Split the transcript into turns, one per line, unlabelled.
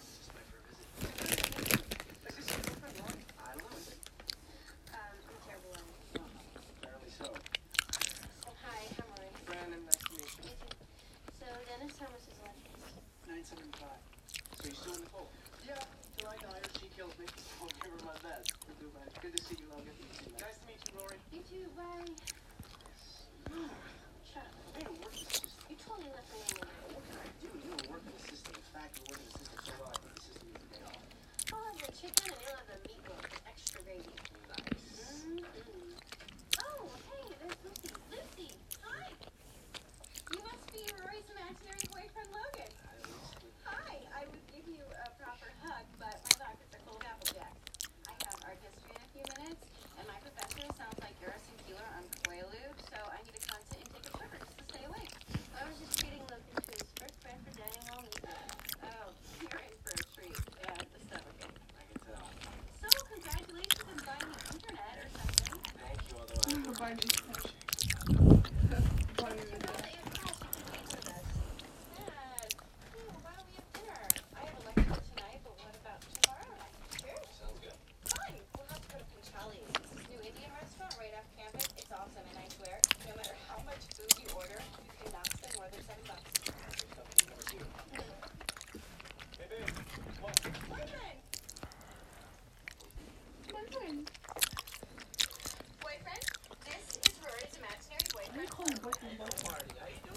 Um, Oh,
Yeah, tonight I or she kills me. I'll give her my best. We'll do that. Good to see you, Logan. Nice to meet you, Rory.
You too, bye.
Shut up. You're a working assistant.
You totally left me hanging.
What can I do? You're a working assistant. In fact, you're working assistant so well, I think the system needs a day off.
I'll have Oh, the chicken and you'll have the meatloaf with extra gravy.
Nice.
Mm-mm. Oh, hey, there's Lucy. Lucy, hi. You must be Roy's imaginary boyfriend, Logan.
I always do.
Hi, I would give you a proper hug, but my pockets are full of Applejack. I have art history in a few minutes, and my professor sounds like Uris and Keeler on Quaalude, so I need a constant intake of sugar just to stay awake. I was just treating Logan to his first friend for dining all evening. Oh, you're in for a treat. Yeah, it's just okay.
I can tell.
So, congratulations on buying the internet or something.
Thank you, although I.
Buy me some. Buy me
You
some.
know that you're class, you can eat with us. Dad, ooh, why don't we have dinner? I have a lecture tonight, but what about tomorrow night? Sure.
Sounds good.
Fun. We'll have to go to Panchali's. It's this new Indian restaurant right off campus. It's awesome, and I swear, no matter how much food you order, you cannot spend more than seven bucks.
There's something you never do. Hey, babe. Come on.
Boyfriend.
Boyfriend.
Boyfriend. This is Rory's imaginary
Why do you
boyfriend.
call him boyfriend? boyfriend?
Party. How you doing? Uh,